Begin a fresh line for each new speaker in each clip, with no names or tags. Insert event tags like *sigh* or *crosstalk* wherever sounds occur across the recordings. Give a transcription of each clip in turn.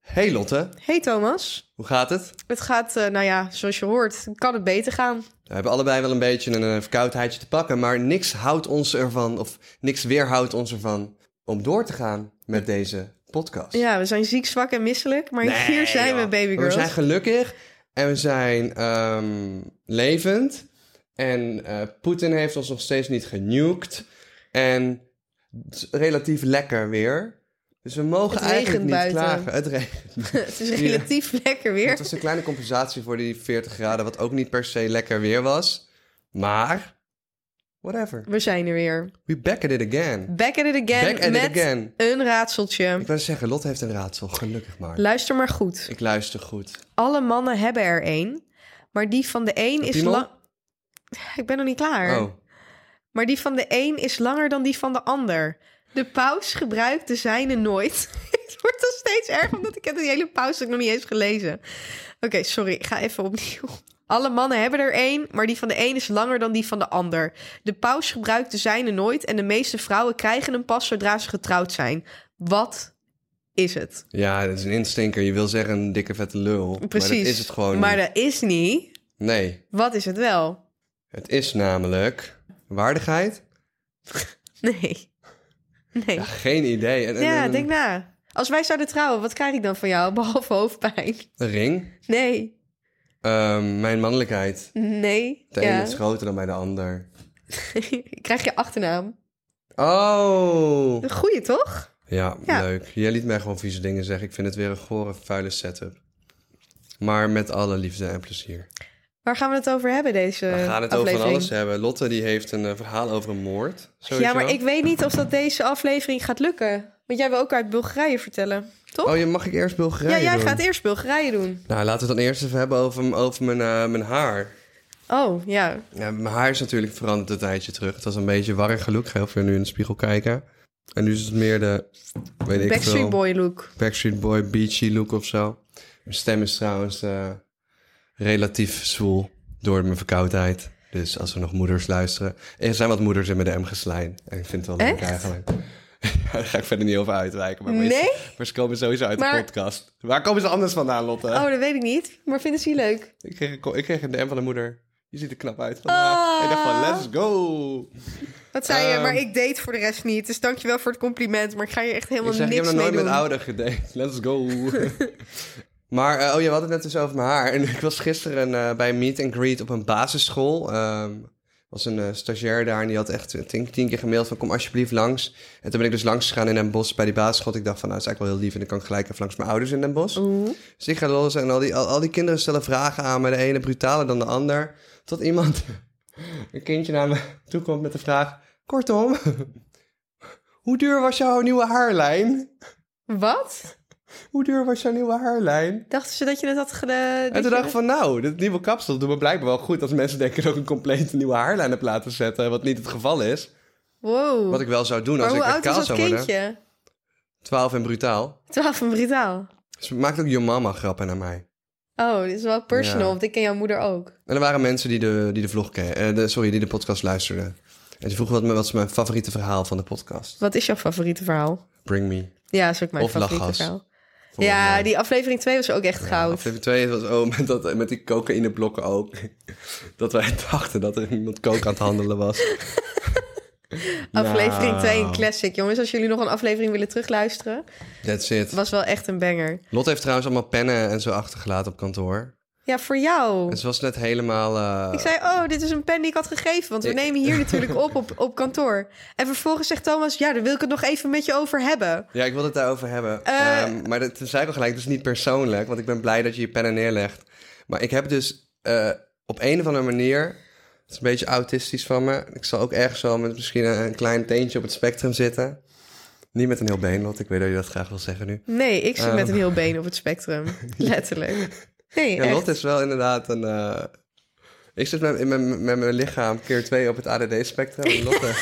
Hey Lotte,
Hey Thomas.
hoe gaat het?
Het gaat, eh, nou ja, zoals je hoort, kan het beter gaan.
We hebben allebei wel een beetje een eh, verkoudheidje te pakken, maar niks houdt ons ervan, of niks weerhoudt ons ervan, om door te gaan met deze podcast.
Ja, we zijn ziek, zwak en misselijk, maar
Nee,
hier zijn
joh.
we, baby
We
girls.
zijn gelukkig en we zijn ehm, levend. En eh, Poetin heeft ons nog steeds niet genuked. En het is relatief lekker weer. Dus we mogen
Het
eigenlijk
regent
niet
buiten.
klagen. Het regent.
*laughs* Het is relatief lekker weer.
Het was een kleine compensatie voor die 40 graden, wat ook niet per se lekker weer was. Maar, whatever.
We zijn er weer.
We back at it again.
Back at it again
Back at it
met
again.
een raadseltje.
Ik wou zeggen, Lot heeft een raadsel, gelukkig maar.
Luister maar goed.
Ik luister goed.
Alle mannen hebben er één, maar die van de één is
piemel?
lang... *laughs* Ik ben nog niet klaar.
Oh,
Maar die van de één is langer dan die van de ander. De paus gebruikt de zijne nooit. *laughs* het wordt al steeds erg, omdat ik heb die hele paus ook nog niet eens gelezen. Oké, sorry, ik ga even opnieuw. Alle mannen hebben er één, maar die van de een is langer dan die van de ander. De paus gebruikt de zijne nooit en de meeste vrouwen krijgen hem pas zodra ze getrouwd zijn. Wat is het?
ja, dat is een instinker. Je wil zeggen een dikke vette lul.
Precies.
Maar dat is het gewoon
Maar
niet.
dat is niet.
Nee,
Wat is het wel?
het is namelijk waardigheid.
Nee. Nee.
Ja, geen idee. Een, een-
Ja,
een-
denk na. Als wij zouden trouwen, wat krijg ik dan van jou? *laughs* Behalve hoofdpijn.
een ring.
Nee.
Ehm, mijn mannelijkheid.
Nee.
De
ja.
ene is groter dan bij de ander.
*laughs* krijg je achternaam.
Oh!
Een goeie, toch?
Ja,
Ja.
leuk. Jij liet mij gewoon vieze dingen zeggen. Ik vind het weer een gore, vuile setup. Maar met alle liefde en plezier.
Waar gaan we het over hebben, deze
We gaan het
Eh, aflevering?
over van alles hebben. Lotte die heeft een eh, verhaal over een moord. Sowieso.
Ja, maar ik weet niet of dat deze aflevering gaat lukken. Want jij wil ook uit Bulgarije vertellen, toch?
Oh, je mag ik eerst Bulgarije
ja, jij
doen?
gaat eerst Bulgarije doen.
Nou, laten we het dan eerst even hebben over, m- over mijn, eh, mijn haar.
Oh, ja.
Ja, mijn haar is natuurlijk veranderd een tijdje terug. Het was een beetje warrig geluk. Ik ga heel veel nu in de spiegel kijken. En nu is het meer de, weet ik veel...
Backstreet Boy look.
Backstreet Boy, beachy look of zo. Mijn stem is trouwens eh, relatief zwoel door mijn verkoudheid. Dus als er nog moeders luisteren. Er zijn wat moeders in mijn DM geslijn. En ik vind het wel leuk
Echt?
eigenlijk. *laughs* Ja, Daar ga ik verder niet over uitwijken. Maar,
Nee?
meestal- maar ze komen sowieso uit de
Maar-
podcast. Waar komen ze anders vandaan, Lotte?
Oh, dat weet ik niet. Maar vinden ze die leuk?
Ik, kreeg, een ko- ik kreeg een DM van de moeder. Je ziet er knap uit vandaag.
Ah.
Ik dacht van, let's go.
Wat zei je?
Ehm.
Maar ik date voor de rest niet. Dus dankjewel voor het compliment. Maar ik ga je echt helemaal
Ik zeg, ik heb
niks
nog
mee
nooit
doen.
met ouder gedate. Let's go. *laughs* maar, eh, oh, je had het net dus over mijn haar. En *laughs* ik was gisteren eh, bij een meet and greet op een basisschool. Ehm, Er was een eh, stagiair daar en die had echt eh, tien, tien keer gemaild van kom alsjeblieft langs. En toen ben ik dus langs gegaan in Den Bosch bij die basisschool. Ik dacht van, nou, dat is eigenlijk wel heel lief en dan kan ik gelijk even langs mijn ouders in Den Bosch.
Oeh.
Dus ik ga los en al die, al, al die kinderen stellen vragen aan me. De ene brutaler dan de ander. Tot iemand, *laughs* een kindje naar me toe komt met de vraag... Kortom, *laughs* hoe duur was jouw nieuwe haarlijn?
Wat?
Hoe duur was jouw nieuwe haarlijn?
Dachten ze dat je het had gedaan?
En toen dacht ik van, nou, dit nieuwe kapsel doet me blijkbaar wel goed... als mensen denken dat ik een complete nieuwe haarlijn heb laten zetten... wat niet het geval is.
Wow.
Wat ik wel zou doen
maar
als
hoe
ik echt
oud
kaal
was dat
zou worden.
kindje?
12 en brutaal.
12 van brutaal.
Ze maakt ook je mama grappen naar mij.
Oh, dit is wel personal,
Ja.
want ik ken jouw moeder ook.
En er waren mensen die de, die de vlog ken- eh, de, sorry, die de podcast luisterden. En ze vroegen wat, me- wat is mijn favoriete verhaal van de podcast.
Wat is jouw favoriete verhaal?
Bring me.
Ja, dat is ook mijn
Of
favoriete
lachgas.
verhaal.
Volgens
Ja,
mij.
die aflevering 2 was ook echt goud.
Aflevering 2 was oh, met, dat, met die cocaïneblokken ook. *laughs* Dat wij dachten dat er iemand coke aan het handelen was.
Aflevering 2, een
Nou.
classic. Jongens, als jullie nog een aflevering willen terugluisteren,
That's it.
was wel echt een banger.
Lot heeft trouwens allemaal pennen en zo achtergelaten op kantoor.
Ja, voor jou.
En ze was net helemaal... eh,
Ik zei, oh, dit is een pen die ik had gegeven, want we
Ik-
nemen hier
*laughs*
natuurlijk op, op op kantoor. En vervolgens zegt Thomas, ja, daar wil ik het nog even met je over hebben.
Ja, ik wil het daarover hebben.
Eh.
Ehm, maar dat toen zei ik al gelijk, het is niet persoonlijk, want ik ben blij dat je je pennen neerlegt. Maar ik heb dus eh, op een of andere manier, het is een beetje autistisch van me, ik zal ook ergens wel met misschien een, een klein teentje op het spectrum zitten. Niet met een heel been, want ik weet dat je dat graag wil zeggen nu.
Nee, ik zit
Ehm.
met een heel been op het spectrum.
*laughs*
Letterlijk. Nee,
Ja,
echt.
Lot is wel inderdaad een... eh, ik zit met, met, met mijn lichaam keer twee op het ADD-spectrum.
*laughs*
en Lotte,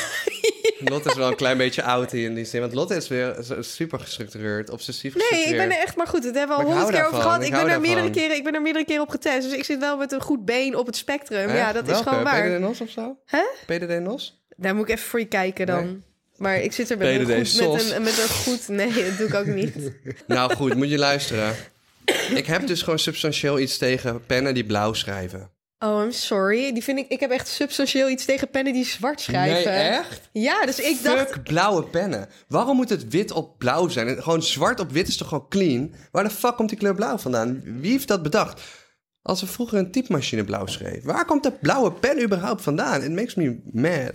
Lotte is wel een klein beetje oud hier in die zin. Want Lotte is weer zo- super gestructureerd, obsessief
Nee,
gestructureerd.
ik ben er echt maar goed. Het hebben we al
Maar ik
honderd
hou
keer over
daarvan,
gehad.
ik
Ik,
hou
ben er
daarvan.
meerdere keren, ik ben er meerdere keren op getest. Dus ik zit wel met een goed been op het spectrum.
Hè?
Ja, dat is
Welke?
gewoon waar.
PDD Nos of zo?
Hè?
PDD Nos?
Daar moet ik even voor je kijken dan. Maar ik zit er met, een
PDD
goed, met,
SOS.
een, met een goed... Nee, dat doe ik ook
*laughs*
niet.
Nou goed, moet je luisteren. Ik heb dus gewoon substantieel iets tegen pennen die blauw schrijven.
Oh, I'm sorry. Die vind ik... Ik heb echt substantieel iets tegen pennen die zwart schrijven.
Nee, echt?
Ja, dus ik dacht...
Fuck blauwe pennen. Waarom moet het wit op blauw zijn? En Gewoon zwart op wit is toch gewoon clean? Waar de fuck komt die kleur blauw vandaan? Wie heeft dat bedacht? Als we vroeger een typemachine blauw schreef. Waar komt dat blauwe pen überhaupt vandaan? It makes me mad.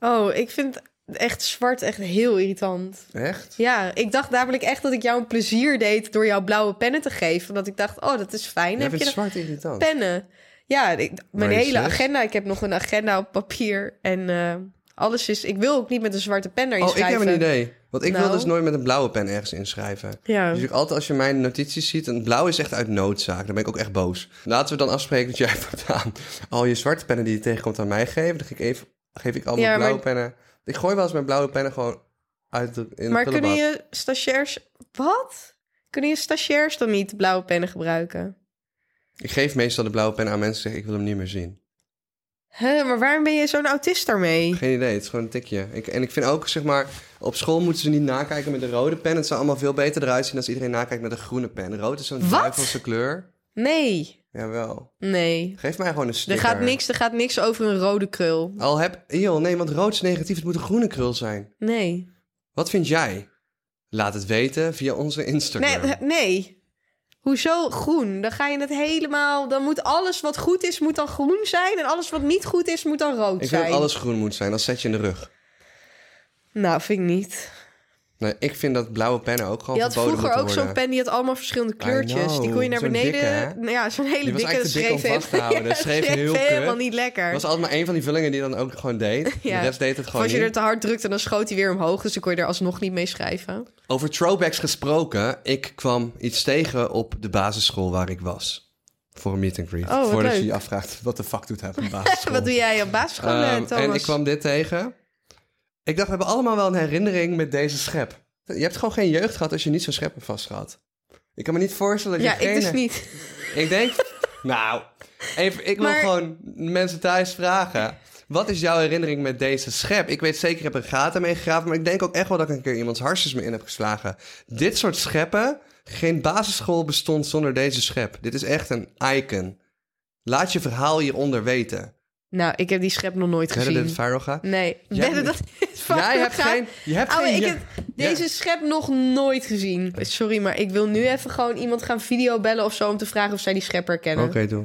Oh, ik vind echt zwart echt heel irritant.
Echt?
Ja, ik dacht namelijk echt dat ik jou een plezier deed door jou blauwe pennen te geven. Omdat ik dacht, oh, dat is fijn.
Jij
heb je
vindt
nog
zwart irritant.
pennen? Ja, ik- mijn
Maar je
hele
zegt-
agenda. Ik heb nog een agenda op papier. En eh, alles is... Ik wil ook niet met een zwarte pen erin
Oh, ik
schrijven.
heb een idee. Want ik wil
Nou?
dus nooit met een blauwe pen ergens inschrijven.
Ja.
Dus ik altijd als je mijn notities ziet, en blauw is echt uit noodzaak. Dan ben ik ook echt boos. Laten we dan afspreken dat jij *laughs* voortaan al je zwarte pennen die je tegenkomt aan mij geeft. Dan geef ik, even, geef ik al mijn
Ja, maar-
blauwe pennen. Ik gooi wel eens mijn blauwe pennen gewoon uit de, in
Maar
de
kunnen
prullenbak.
je stagiairs... Wat? Kunnen je stagiairs dan niet blauwe pennen gebruiken?
Ik geef meestal de blauwe pen aan mensen die zeggen, ik wil hem niet meer zien.
Huh, maar waarom ben je zo'n autist daarmee?
Geen idee, het is gewoon een tikje. Ik, en ik vind ook, zeg maar, op school moeten ze niet nakijken met de rode pen. Het zou allemaal veel beter eruit zien als iedereen nakijkt met de groene pen. Rood is zo'n
Wat?
duivelse kleur.
Nee,
Jawel.
nee.
Geef mij gewoon een
Er
sticker.
gaat, niks, er gaat niks over een rode krul.
Al heb... Joh, nee, want rood is negatief. Het moet een groene krul zijn.
Nee.
Wat vind jij? Laat het weten via onze
Nee,
Instagram.
eh, nee. Hoezo groen? Dan ga je het helemaal... Dan moet alles wat goed is, moet dan groen zijn. En alles wat niet goed is, moet dan rood
ik vind
zijn.
dat alles groen moet zijn. Dat zet je in de rug.
Nou, vind ik niet.
Nee, ik vind dat blauwe pennen ook gewoon
Je had
verboden
vroeger ook
moeten
zo'n
worden.
pen, die had allemaal verschillende kleurtjes. die kon
know,
je naar
zo'n
beneden...
dikke, hè?
nou *laughs* ja, zo'n hele
Die was
dikke.
eigenlijk te dik om
schreef
vast te
*laughs*
houden. Dat schreef heel kut.
helemaal niet lekker.
was altijd maar één van die vullingen die dan ook gewoon
*laughs*
deed.
Ja.
De rest deed het
Of
gewoon
als je er
niet.
te hard drukte, dan schoot hij weer omhoog. Dus dan kon je er alsnog niet mee schrijven.
Over throwbacks gesproken. Ik kwam iets tegen op de basisschool waar ik was. Voor een meet and greet.
Oh, wat
Voordat
leuk.
je je afvraagt wat de fuck doet hij
*laughs*
op een basisschool.
Wat doe jij op basisschool, eh,
Ehm,
Thomas?
en ik kwam dit tegen. Ik dacht, we hebben allemaal wel een herinnering met deze schep. Je hebt gewoon geen jeugd gehad als je niet zo'n schep hebt vastgehad. Ik kan me niet voorstellen dat
ja,
je geen...
ik dus niet. *laughs*
Ik denk, nou, even, ik wil
Maar-
gewoon mensen thuis vragen. Wat is jouw herinnering met deze schep? Ik weet zeker, ik heb er gaten mee gegraven. Maar ik denk ook echt wel dat ik een keer iemands hartjes mee in heb geslagen. Dit soort scheppen, geen basisschool bestond zonder deze schep. Dit is echt een icon. Laat je verhaal hieronder weten.
Nou, ik heb die schep nog nooit
Verder dat
gezien.
het viral gaat.
Nee,
Jij
wedden
niet.
dat *laughs* het van
Jij hebt
gaat.
geen. Je hebt
Ouwe,
geen.
ik
je-
heb deze schep nog nooit gezien. Sorry, maar ik wil nu even gewoon iemand gaan videobellen of zo... om te vragen of zij die schep herkennen.
Oké, doe.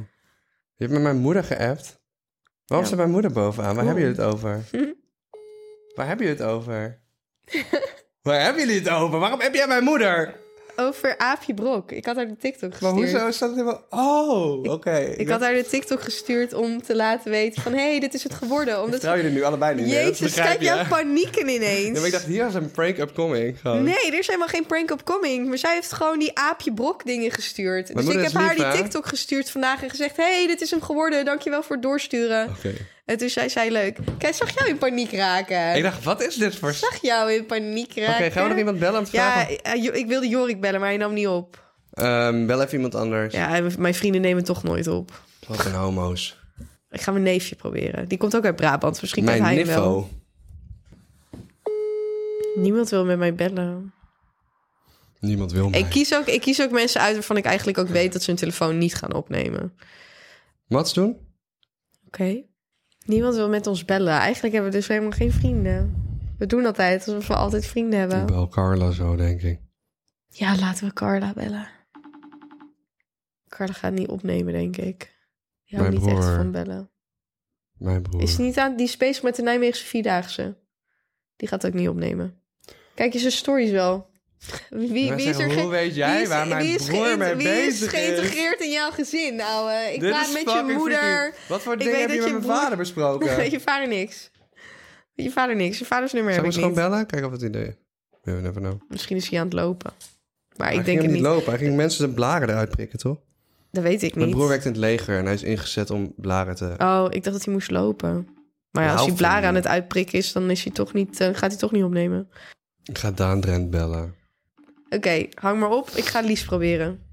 Je hebt met mijn moeder geappt. Waarom
Ja.
staat mijn moeder bovenaan? Waar
Cool.
hebben jullie het
*laughs*
over? Waar hebben jullie het over? Waar hebben jullie het over? Waarom heb jij mijn moeder?
Over Aapje Brok. Ik had haar de TikTok
Maar
gestuurd.
hoezo staat het helemaal... Oh, oké.
Ik had haar de TikTok gestuurd om te laten weten van... hé, hey, dit is het geworden.
*laughs*
Omdat...
Trouw je er nu allebei niet mee, dat
Jezus,
begrijp
kijk
je.
jouw panieken
Ja,
ineens.
maar ik dacht, hier is een prank upcoming. Gewoon.
Nee, er is helemaal geen prank op coming. Maar zij heeft gewoon die aapje brok dingen gestuurd. dus ik
moeder
heb
is
haar
lief,
die
hè?
TikTok gestuurd vandaag en gezegd... hey, dit is hem geworden. Dankjewel voor het doorsturen.
Oké.
En toen zei zij leuk. Kijk, zag jou in paniek raken.
Ik dacht, wat is dit voor... s- Oké,
zag jou in paniek raken.
gaan we nog iemand bellen om te
Ja,
vragen?
eh, Jo- ik wilde Jorik bellen, maar hij nam niet op.
Ehm, bel even iemand anders.
Ja, en mijn vrienden nemen toch nooit op.
Wat een homo's.
Ik ga mijn neefje proberen. Die komt ook uit Brabant. dus Misschien kan
mijn
hij hem
niffo.
wel. Niemand wil met mij bellen.
Niemand wil mij.
Ik kies, ook, ik kies ook mensen uit waarvan ik eigenlijk ook weet dat ze hun telefoon niet gaan opnemen.
Mats doen?
Oké. Niemand wil met ons bellen. Eigenlijk hebben we dus helemaal geen vrienden. We doen altijd alsof we altijd vrienden hebben.
Bel Carla zo, denk ik.
Ja, laten we Carla bellen. Carla gaat niet opnemen, denk ik. Die houdt
Mijn
niet echt
broer.
van bellen.
Mijn broer.
Is die niet aan die is bezig met de Nijmeegse Vierdaagse? Die gaat ook niet opnemen. Kijk je zijn stories wel. Wie, wie
Wij
is er
zeggen,
ge-
hoe weet
wie
jij
is-
waar mijn
wie is
broer
geïnt-
mee
wie
bezig
is geïntegreerd in jouw gezin, ouwe? Ik
Dit
praat
is
met je
fucking
moeder.
freaky. Wat voor
Ik
dingen
weet
heb je
dat
met
je
mijn
broer-
vader
*laughs*
besproken?
Weet je vader niks. Weet je vader niks. Je vaders nummer
Zou
heb
we
ik
eens gewoon bellen?
niet.
Kijk of het idee. We never know.
Misschien is hij aan het lopen. Maar
Hij
ik
ging
denk
hem
het
niet
niet.
lopen. Hij ging mensen de blaren eruit prikken, toch?
Dat weet ik
Mijn
niet.
broer werkt in het leger en hij is ingezet om blaren te...
Oh, ik dacht dat hij moest lopen. Maar ja,
Ik hou
als hij
van
blaren
hem.
aan het uitprikken is, dan is hij toch niet, eh, gaat hij toch niet opnemen.
Ik ga Daan Drent bellen.
Oké, hang maar op. Ik ga Lies proberen.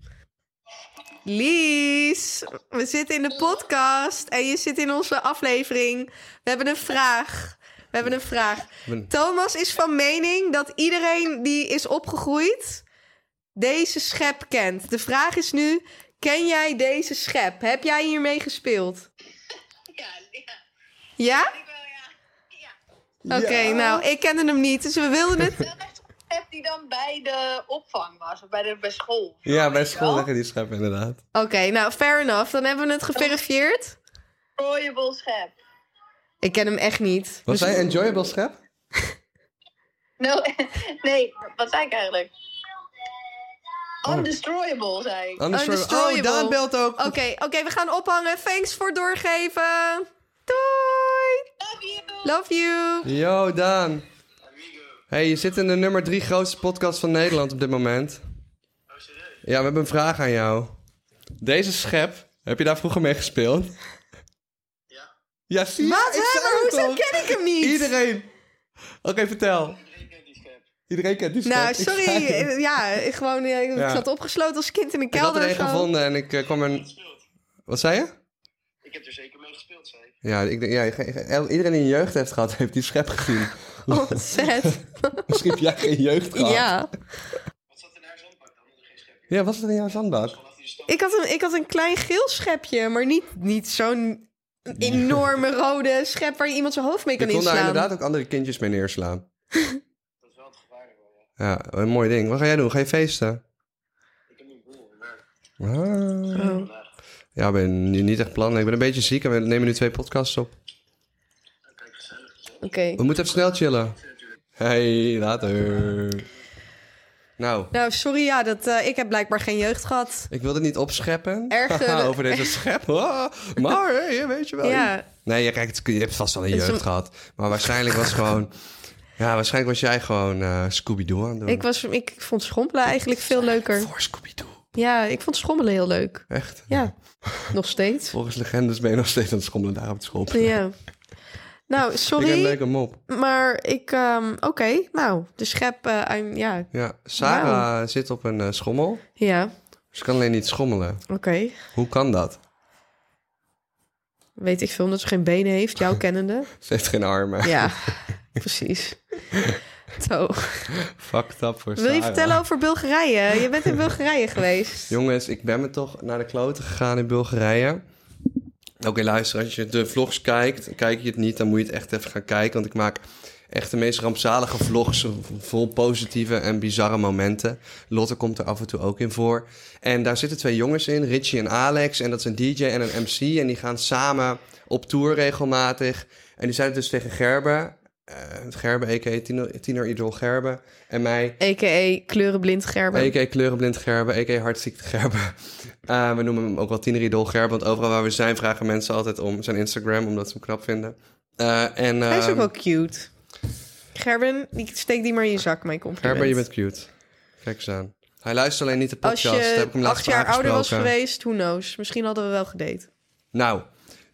Lies, we zitten in de podcast en je zit in onze aflevering. We hebben een vraag. We hebben een vraag.
ben-
Thomas is van mening dat iedereen die is opgegroeid deze schep kent. De vraag is nu: ken jij deze schep? Heb jij hiermee gespeeld?
Ja, ja.
Ja?
Ik wel, ja. Ja.
Oké, nou, ik kende hem niet, dus we wilden het.
Wel echt een schep die dan bij de opvang was, of bij, de, bij school.
Ja, bij school leggen die scheppen inderdaad.
Oké, nou, fair enough. Dan hebben we het geverifieerd.
Enjoyable schep.
Ik ken hem echt niet. Dus
Was zij enjoyable schep?
No, *laughs* nee, wat zei ik eigenlijk? Undestroyable, zei ik.
Anders
Undestroyable.
Oh, Daan belt ook.
Oké, oké, we gaan ophangen. Thanks voor doorgeven. Doei.
Love you!
Love you.
Yo, Daan. Hey, je zit in de nummer drie grootste podcast van Nederland op dit moment. Ja, we hebben een vraag aan jou. Deze schep, heb je daar vroeger mee gespeeld? Ja. Ja, zie je? Ik
Wat? Hè,
zei
maar
het
hoezo
al.
ken ik hem niet?
Iedereen. Oké, vertel. Iedereen kent die schep.
Nou,
Ik
sorry.
*laughs* zei het.
eh, Ja, ik, gewoon, eh, ik
Ja.
zat opgesloten als kind in een
Ik had
kelder.
er een
of zo.
gevonden en ik eh, kwam er... Wat zei je?
Ik heb er zeker mee gespeeld, zei ik.
Ja, ik, denk- ja, iedereen die een jeugd heeft gehad, heeft die schep
*laughs*
gezien. *laughs*
Ontzettend.
Misschien heb jij geen jeugd gehad.
ja.
Wat zat er in haar zandbak dan? Geen schepje.
Ja, was het in jouw zandbak?
Vanaf die stad.
Ik had, een, ik had een klein geel schepje, maar niet, niet zo'n enorme rode schep waar je iemand zijn hoofd mee
Je
kan
kon daar
inslaan.
inderdaad ook andere kindjes mee *laughs* neerslaan.
Dat is wel het gevaar wel, ja.
Ja, een mooi ding. Wat ga jij doen? Ga je feesten?
Ik heb nu een boel in werk
Ah.
Oh.
vandaag.
Ja, ik ben nu niet echt plannen. Ik ben een beetje ziek en we nemen nu twee podcasts op.
Kijk, gezellig. gezellig.
Oké.
We moeten even snel chillen. Hey, later. Nou,
Nou, sorry, ja, dat, eh, ik heb blijkbaar geen jeugd gehad.
ik wilde niet opscheppen.
Erg,
*laughs*
eh,
Haha, Over deze
*laughs*
schep. Ah, maar, hey, weet je wel.
Ja.
Nee, ja, kijk, het- je hebt vast wel een
Het is
jeugd
een-
gehad. Maar waarschijnlijk was
*laughs*
gewoon... Ja, waarschijnlijk was jij gewoon eh, Scooby-Doo aan het doen.
Ik, was, ik vond schommelen eigenlijk veel leuker.
Voor Scooby-Doo.
Ja, ik vond schommelen heel leuk.
Echt.
Ja, *laughs* nog steeds.
Volgens legendes ben je nog steeds aan het schommelen daar op het school.
Ja. Nou,
Ik ben een
sorry,
leuke mop.
maar ik... ehm, Oké, nou, de schep... eh, I'm- ja,
Ja, Sarah zit op een eh, schommel.
ja
Ze kan alleen niet schommelen.
oké.
Hoe kan dat?
Weet ik veel, omdat ze geen benen heeft, jouw kennende.
Ze heeft geen armen.
*laughs* Ja, *laughs* precies. Zo.
*laughs* Fucked up voor
Wil je
Sarah.
vertellen over Bulgarije? Je bent *laughs* in Bulgarije geweest.
*laughs* Jongens, ik ben me toch naar de kloten gegaan in Bulgarije. Oké, luister, als je de vlogs kijkt, kijk je het niet, dan moet je het echt even gaan kijken. Want ik maak echt de meest rampzalige vlogs vol positieve en bizarre momenten. Lotte komt er af en toe ook in voor. En daar zitten twee jongens in, Richie en Alex. En dat is een DJ en een MC. En die gaan samen op tour regelmatig. En die zeiden dus tegen Gerben, eh, Gerben, a.k.a. tiener- tieneridol Gerben, en mij...
A.k.a. kleurenblind Gerben.
A.k.a. kleurenblind Gerben, a.k.a. hartziekte Gerben. *laughs* Eh, we noemen hem ook wel tieneridol Gerben, want overal waar we zijn vragen mensen altijd om zijn Instagram, omdat ze hem knap vinden. Eh, en,
Hij is ook
ehm,
wel cute. Gerben, die steek die maar in je zak, mijn compliment.
Gerben, je bent cute. Kijk eens aan. Hij luistert alleen niet de
Als
podcast, daar heb
je
ik hem
acht
laatst
jaar
voor
ouder was
aangesproken.
geweest, who knows. Misschien hadden we wel gedate.
Nou,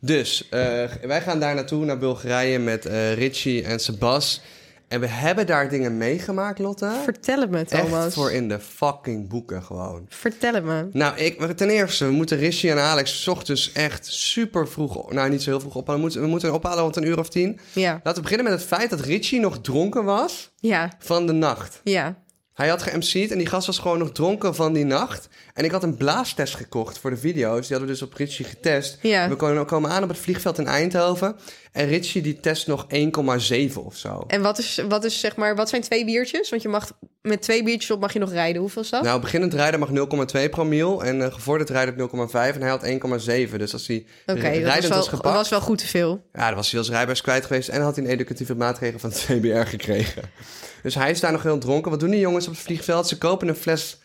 dus eh, wij gaan daar naartoe, naar Bulgarije met eh, Richie en Sebas. En we hebben daar dingen meegemaakt, Lotte.
Vertel het me, Thomas.
Echt voor in de fucking boeken gewoon.
Vertel het me.
Nou, ik, maar ten eerste, we moeten Rishi en Alex 's ochtends echt super vroeg... Nou, niet zo heel vroeg ophalen. We moeten, we moeten ophalen rond een uur of tien.
Ja,
Laten we beginnen met het feit dat Richie nog dronken was
ja,
van de nacht.
ja.
Hij had ge-MC'd en die gast was gewoon nog dronken van die nacht. En ik had een blaastest gekocht voor de video's. Die hadden we dus op Richie getest.
Ja.
We komen, komen aan op het vliegveld in Eindhoven. En Richie die test nog 1,7 of zo.
En wat, is, wat, is, zeg maar, wat zijn twee biertjes? Want je mag met twee biertjes op mag je nog rijden. Hoeveel is dat?
Nou, beginnend rijden mag 0,2 promiel. En eh, gevorderd rijden op 0,5. En hij had 1,7. Dus als hij
Oké, dat was
rijdend
wel,
was dus gepakt...
was wel goed te veel.
Ja, dan was hij wel zijn rijbewijs kwijt geweest en had hij een educatieve maatregel van het CBR gekregen. Dus hij is daar nog heel dronken. Wat doen die jongens op het vliegveld? Ze kopen een fles,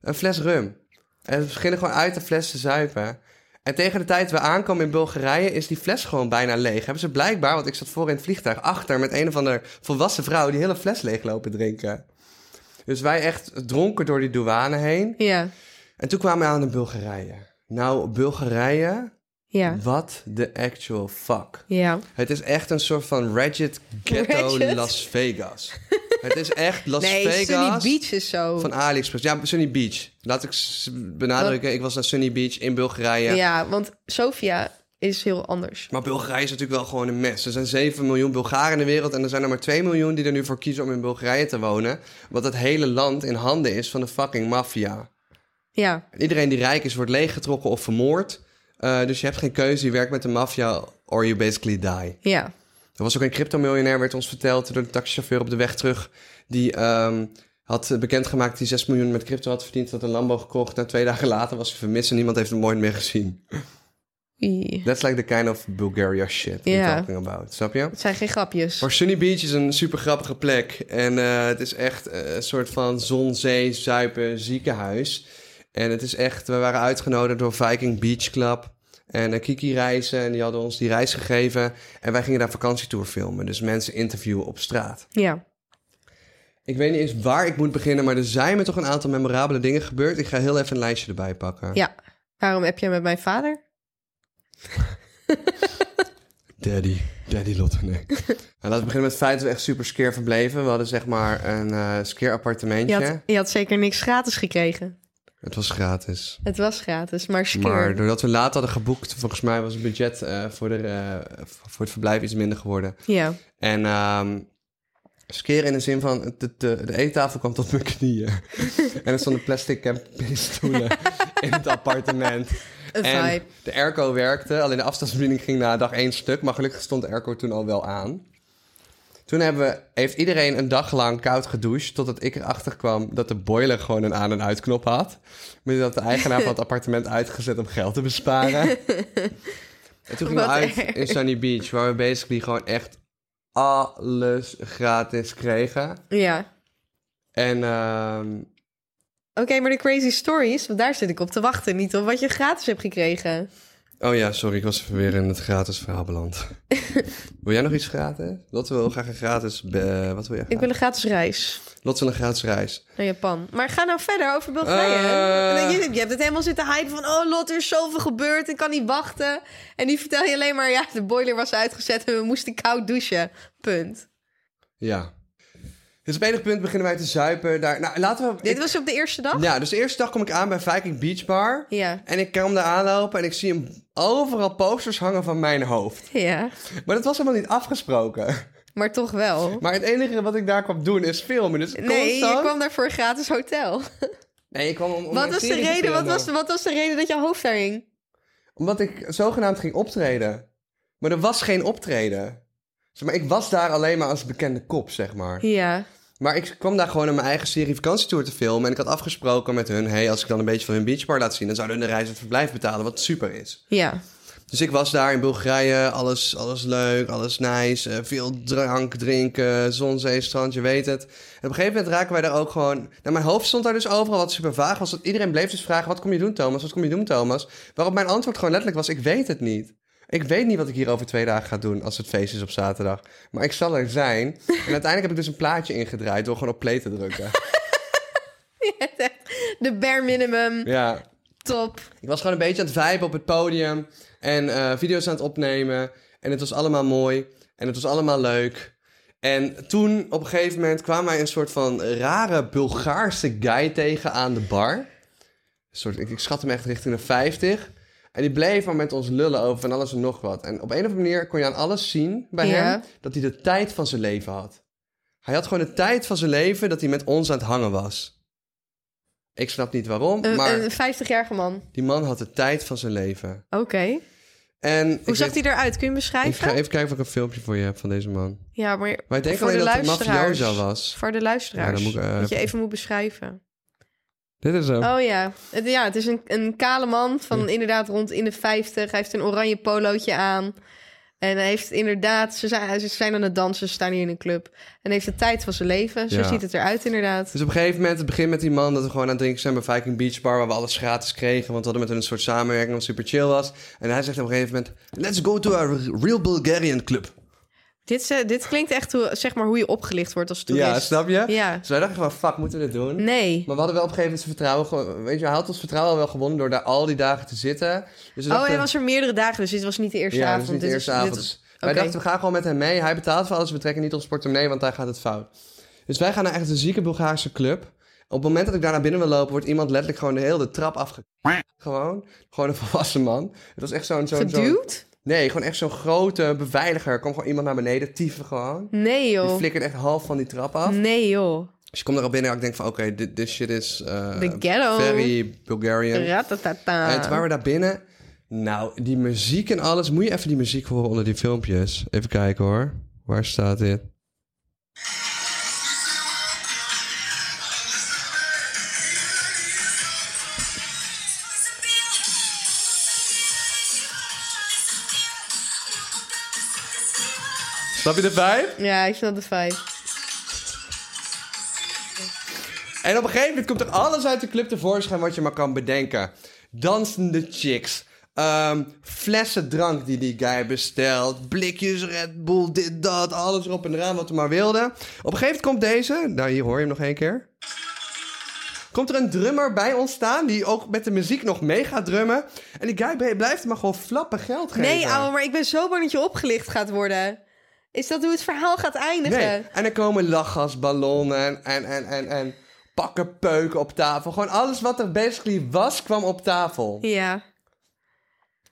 een fles rum. En ze beginnen gewoon uit de fles te zuipen. En tegen de tijd we aankomen in Bulgarije is die fles gewoon bijna leeg. Hebben ze blijkbaar, want ik zat voor in het vliegtuig, achter met een of andere volwassen vrouw die hele fles leeg lopen drinken. Dus wij echt dronken door die douane heen.
Ja,
En toen kwamen we aan in Bulgarije. Nou, Bulgarije,
ja,
what the actual fuck.
ja.
Het is echt een soort van Ratchet Ghetto
Ratchet?
Las Vegas. het is echt Las
nee,
Vegas
Sunny Beach is zo.
van AliExpress. Ja, Sunny Beach. Laat ik s- benadrukken, ik was naar Sunny Beach in Bulgarije.
ja. want Sofia is heel anders.
Maar Bulgarije is natuurlijk wel gewoon een mes. Er zijn 7 miljoen Bulgaren in de wereld en er zijn er maar 2 miljoen die er nu voor kiezen om in Bulgarije te wonen. Omdat het hele land in handen is van de fucking maffia.
Ja,
Iedereen die rijk is wordt leeggetrokken of vermoord. Eh, dus je hebt geen keuze, je werkt met de maffia or you basically die.
ja.
Er was ook een cryptomiljonair, werd ons verteld door de taxichauffeur op de weg terug. Die ehm, had bekendgemaakt dat hij 6 miljoen met crypto had verdiend. Had een Lambo gekocht. En twee dagen later was hij vermist en niemand heeft hem ooit meer gezien.
Ie.
That's like the kind of Bulgaria shit we're
Ja.
talking about. Snap je?
Het zijn geen grapjes.
Maar Sunny Beach is een super grappige plek. En eh, het is echt eh, een soort van zon, zee, zuipen, ziekenhuis. En het is echt, we waren uitgenodigd door Viking Beach Club en eh, Kiki Reizen. En die hadden ons die reis gegeven. En wij gingen daar vakantietour filmen. Dus mensen interviewen op straat.
Ja.
Ik weet niet eens waar ik moet beginnen, maar er zijn me toch een aantal memorabele dingen gebeurd. Ik ga heel even een lijstje erbij pakken.
ja. Waarom heb jij met mijn vader?
Daddy. Daddy Lotte, nee. nou, laten we beginnen met het feit dat we echt super skeer verbleven. We hadden zeg maar een eh skeer
Je
appartementje.
had, je had zeker niks gratis gekregen.
Het was gratis.
Het was gratis, maar skeer.
Maar doordat we laat hadden geboekt, volgens mij was het budget eh, voor, de, eh, voor het verblijf iets minder geworden.
Ja.
En ehm skeren in de zin van, de, de, de eettafel kwam tot mijn
*laughs*
knieën. en er stonden plastic campingstoelen in het appartement.
Een
en
vibe.
de airco werkte, alleen de afstandsbediening ging na dag één stuk. Maar gelukkig stond de airco toen al wel aan. Toen hebben we, heeft iedereen een dag lang koud gedoucht, totdat ik erachter kwam dat de boiler gewoon een aan- en uitknop had. Maar dat de eigenaar
*laughs*
van het appartement uitgezet om geld te besparen. En toen gingen we
Wat
uit
erg.
in Sunny Beach, waar we basically gewoon echt alles gratis kregen.
Ja.
En ehm,
Oké, maar de crazy stories, want daar zit ik op te wachten. Niet op wat je gratis hebt gekregen.
Oh ja, sorry, ik was even weer in het gratis verhaal
*laughs*
beland. wil jij nog iets gratis? Lotte wil graag een gratis... be- eh, wat wil jij
Ik
graag?
wil een gratis reis
Lotte wil een gratis reis.
naar Japan. Maar ga nou verder over Bulgarije.
Eh.
Je, je hebt het helemaal zitten hypen van... oh Lot, er is zoveel gebeurd, ik kan niet wachten. En nu vertel je alleen maar... ja, de boiler was uitgezet en we moesten koud douchen. Punt.
Ja. Dus op enig punt beginnen wij te zuipen. Daar, nou, laten we...
Dit was op de eerste dag?
Ja, dus de eerste dag kom ik aan bij Viking Beach Bar.
Ja.
En ik kwam daar aanlopen en ik zie hem overal posters hangen van mijn hoofd.
Ja,
Maar dat was helemaal niet afgesproken.
maar toch wel.
Maar het enige wat ik daar kwam doen is filmen. Dus
Nee, je
constant...
kwam daar voor een gratis hotel.
Nee, ik kwam om, om
Wat
een
was, de
serie te
reden, wat,
filmen.
was, wat was de reden dat je hoofd daar hing?
Omdat ik zogenaamd ging optreden. Maar er was geen optreden. Zeg maar, ik was daar alleen maar als bekende kop, zeg maar.
Ja,
Maar ik kwam daar gewoon om mijn eigen serie vakantietour te filmen. En ik had afgesproken met hun... hey, als ik dan een beetje van hun beachbar laat zien... dan zouden hun de reis en het verblijf betalen, wat super is.
ja.
Dus ik was daar in Bulgarije. Alles, alles leuk, alles nice. eh, veel drank drinken, zon, zee, strand, je weet het. En op een gegeven moment raken wij daar ook gewoon... Nou, mijn hoofd stond daar dus overal wat super vaag was. Dat iedereen bleef dus vragen, wat kom je doen, Thomas? Wat kom je doen, Thomas? Waarop mijn antwoord gewoon letterlijk was, ik weet het niet. Ik weet niet wat ik hier over twee dagen ga doen als het feest is op zaterdag. Maar ik zal er zijn. En uiteindelijk heb ik dus een plaatje ingedraaid door gewoon op play te drukken.
De bare minimum,
Ja.
top.
Ik was gewoon een beetje aan het viben op het podium. En eh, video's aan het opnemen. En het was allemaal mooi. En het was allemaal leuk. En toen op een gegeven moment kwamen wij een soort van rare Bulgaarse guy tegen aan de bar. Een soort, ik, ik schat hem echt richting de 50. En die bleef maar met ons lullen over van alles en nog wat. En op een of andere manier kon je aan alles zien bij
Ja.
hem dat hij de tijd van zijn leven had. Hij had gewoon de tijd van zijn leven dat hij met ons aan het hangen was. Ik snap niet waarom,
Een,
maar...
een 50-jarige man.
Die man had de tijd van zijn leven.
Oké.
En
Hoe zag hij eruit? Kun je hem
Ik
beschrijven?
ga even kijken of ik een filmpje voor je heb van deze man.
Ja, maar
Maar ik denk
voor de
alleen dat het een
luisteraars.
mafioso was.
Voor de luisteraars.
Ja, dan moet ik, eh,
dat je even moet beschrijven.
Dit is hem.
Oh ja. Het, ja, het is een, een kale man van inderdaad rond in de 50. Hij heeft een oranje polootje aan. En hij heeft inderdaad... Ze zijn, ze zijn aan het dansen, ze staan hier in een club. En heeft de tijd van zijn leven. Zo
Ja.
ziet het eruit inderdaad.
Dus op een gegeven moment, het begint met die man dat we gewoon aan het drinken zijn bij Viking Beach Bar, waar we alles gratis kregen, want we hadden met hun een soort samenwerking wat super chill was. En hij zegt op een gegeven moment, let's go to our real Bulgarian club.
Dit, is, eh, dit klinkt echt hoe, zeg maar, hoe je opgelicht wordt als toerist.
Ja, snap je?
Ja.
Dus wij dachten gewoon, fuck, moeten we dit doen?
Nee.
Maar we hadden wel op een gegeven moment zijn vertrouwen, gewoon- weet je, hij had ons vertrouwen wel gewonnen door daar al die dagen te zitten. Dus we
Oh, hij
dachten-
was er meerdere dagen, dus dit was niet de eerste
ja,
avond.
dus niet de
Dit
eerste
is- dit
avond.
is-
Wij
Oké.
dachten, we gaan gewoon met hem mee. Hij betaalt voor alles. We trekken niet ons portemonnee, want hij gaat het fout. Dus wij gaan naar echt een zieke Bulgaarse club. Op het moment dat ik daar naar binnen wil lopen, wordt iemand letterlijk gewoon de hele de trap afge... Gewoon. Gewoon een *laughs* volwassen man. Het was echt zo'n... zo'n zo'n-
Geduwd?
nee, gewoon echt zo'n grote beveiliger. Er kwam gewoon iemand naar beneden, tieven gewoon.
Nee,
Die
joh.
flikkert echt half van die trap af.
Nee, joh.
Dus ik kom daar al binnen en ik denk van, oké, dit dit shit is... eh,
The ghetto.
Very Bulgarian.
Ratatata.
En toen waren we daar binnen. Nou, die muziek en alles. Moet je even die muziek horen onder die filmpjes. Even kijken hoor. Waar staat dit? Snap je de vibe?
Ja, ik snap de vibe.
En op een gegeven moment komt er alles uit de club tevoorschijn wat je maar kan bedenken. Dansende chicks. ehm, flessen drank die die guy bestelt. Blikjes Red Bull, dit, dat. Alles erop en eraan wat we maar wilden. Op een gegeven moment komt deze. Nou, hier hoor je hem nog één keer. Komt er een drummer bij ons staan die ook met de muziek nog mee gaat drummen. En die guy be- blijft maar gewoon flappen geld geven.
Nee, ouwe, maar ik ben zo bang dat je opgelicht gaat worden. Is dat hoe het verhaal gaat eindigen?
Nee. En er komen lachgasballonnen en, en, en, en pakken peuken op tafel. Gewoon alles wat er basically was, kwam op tafel.
Ja.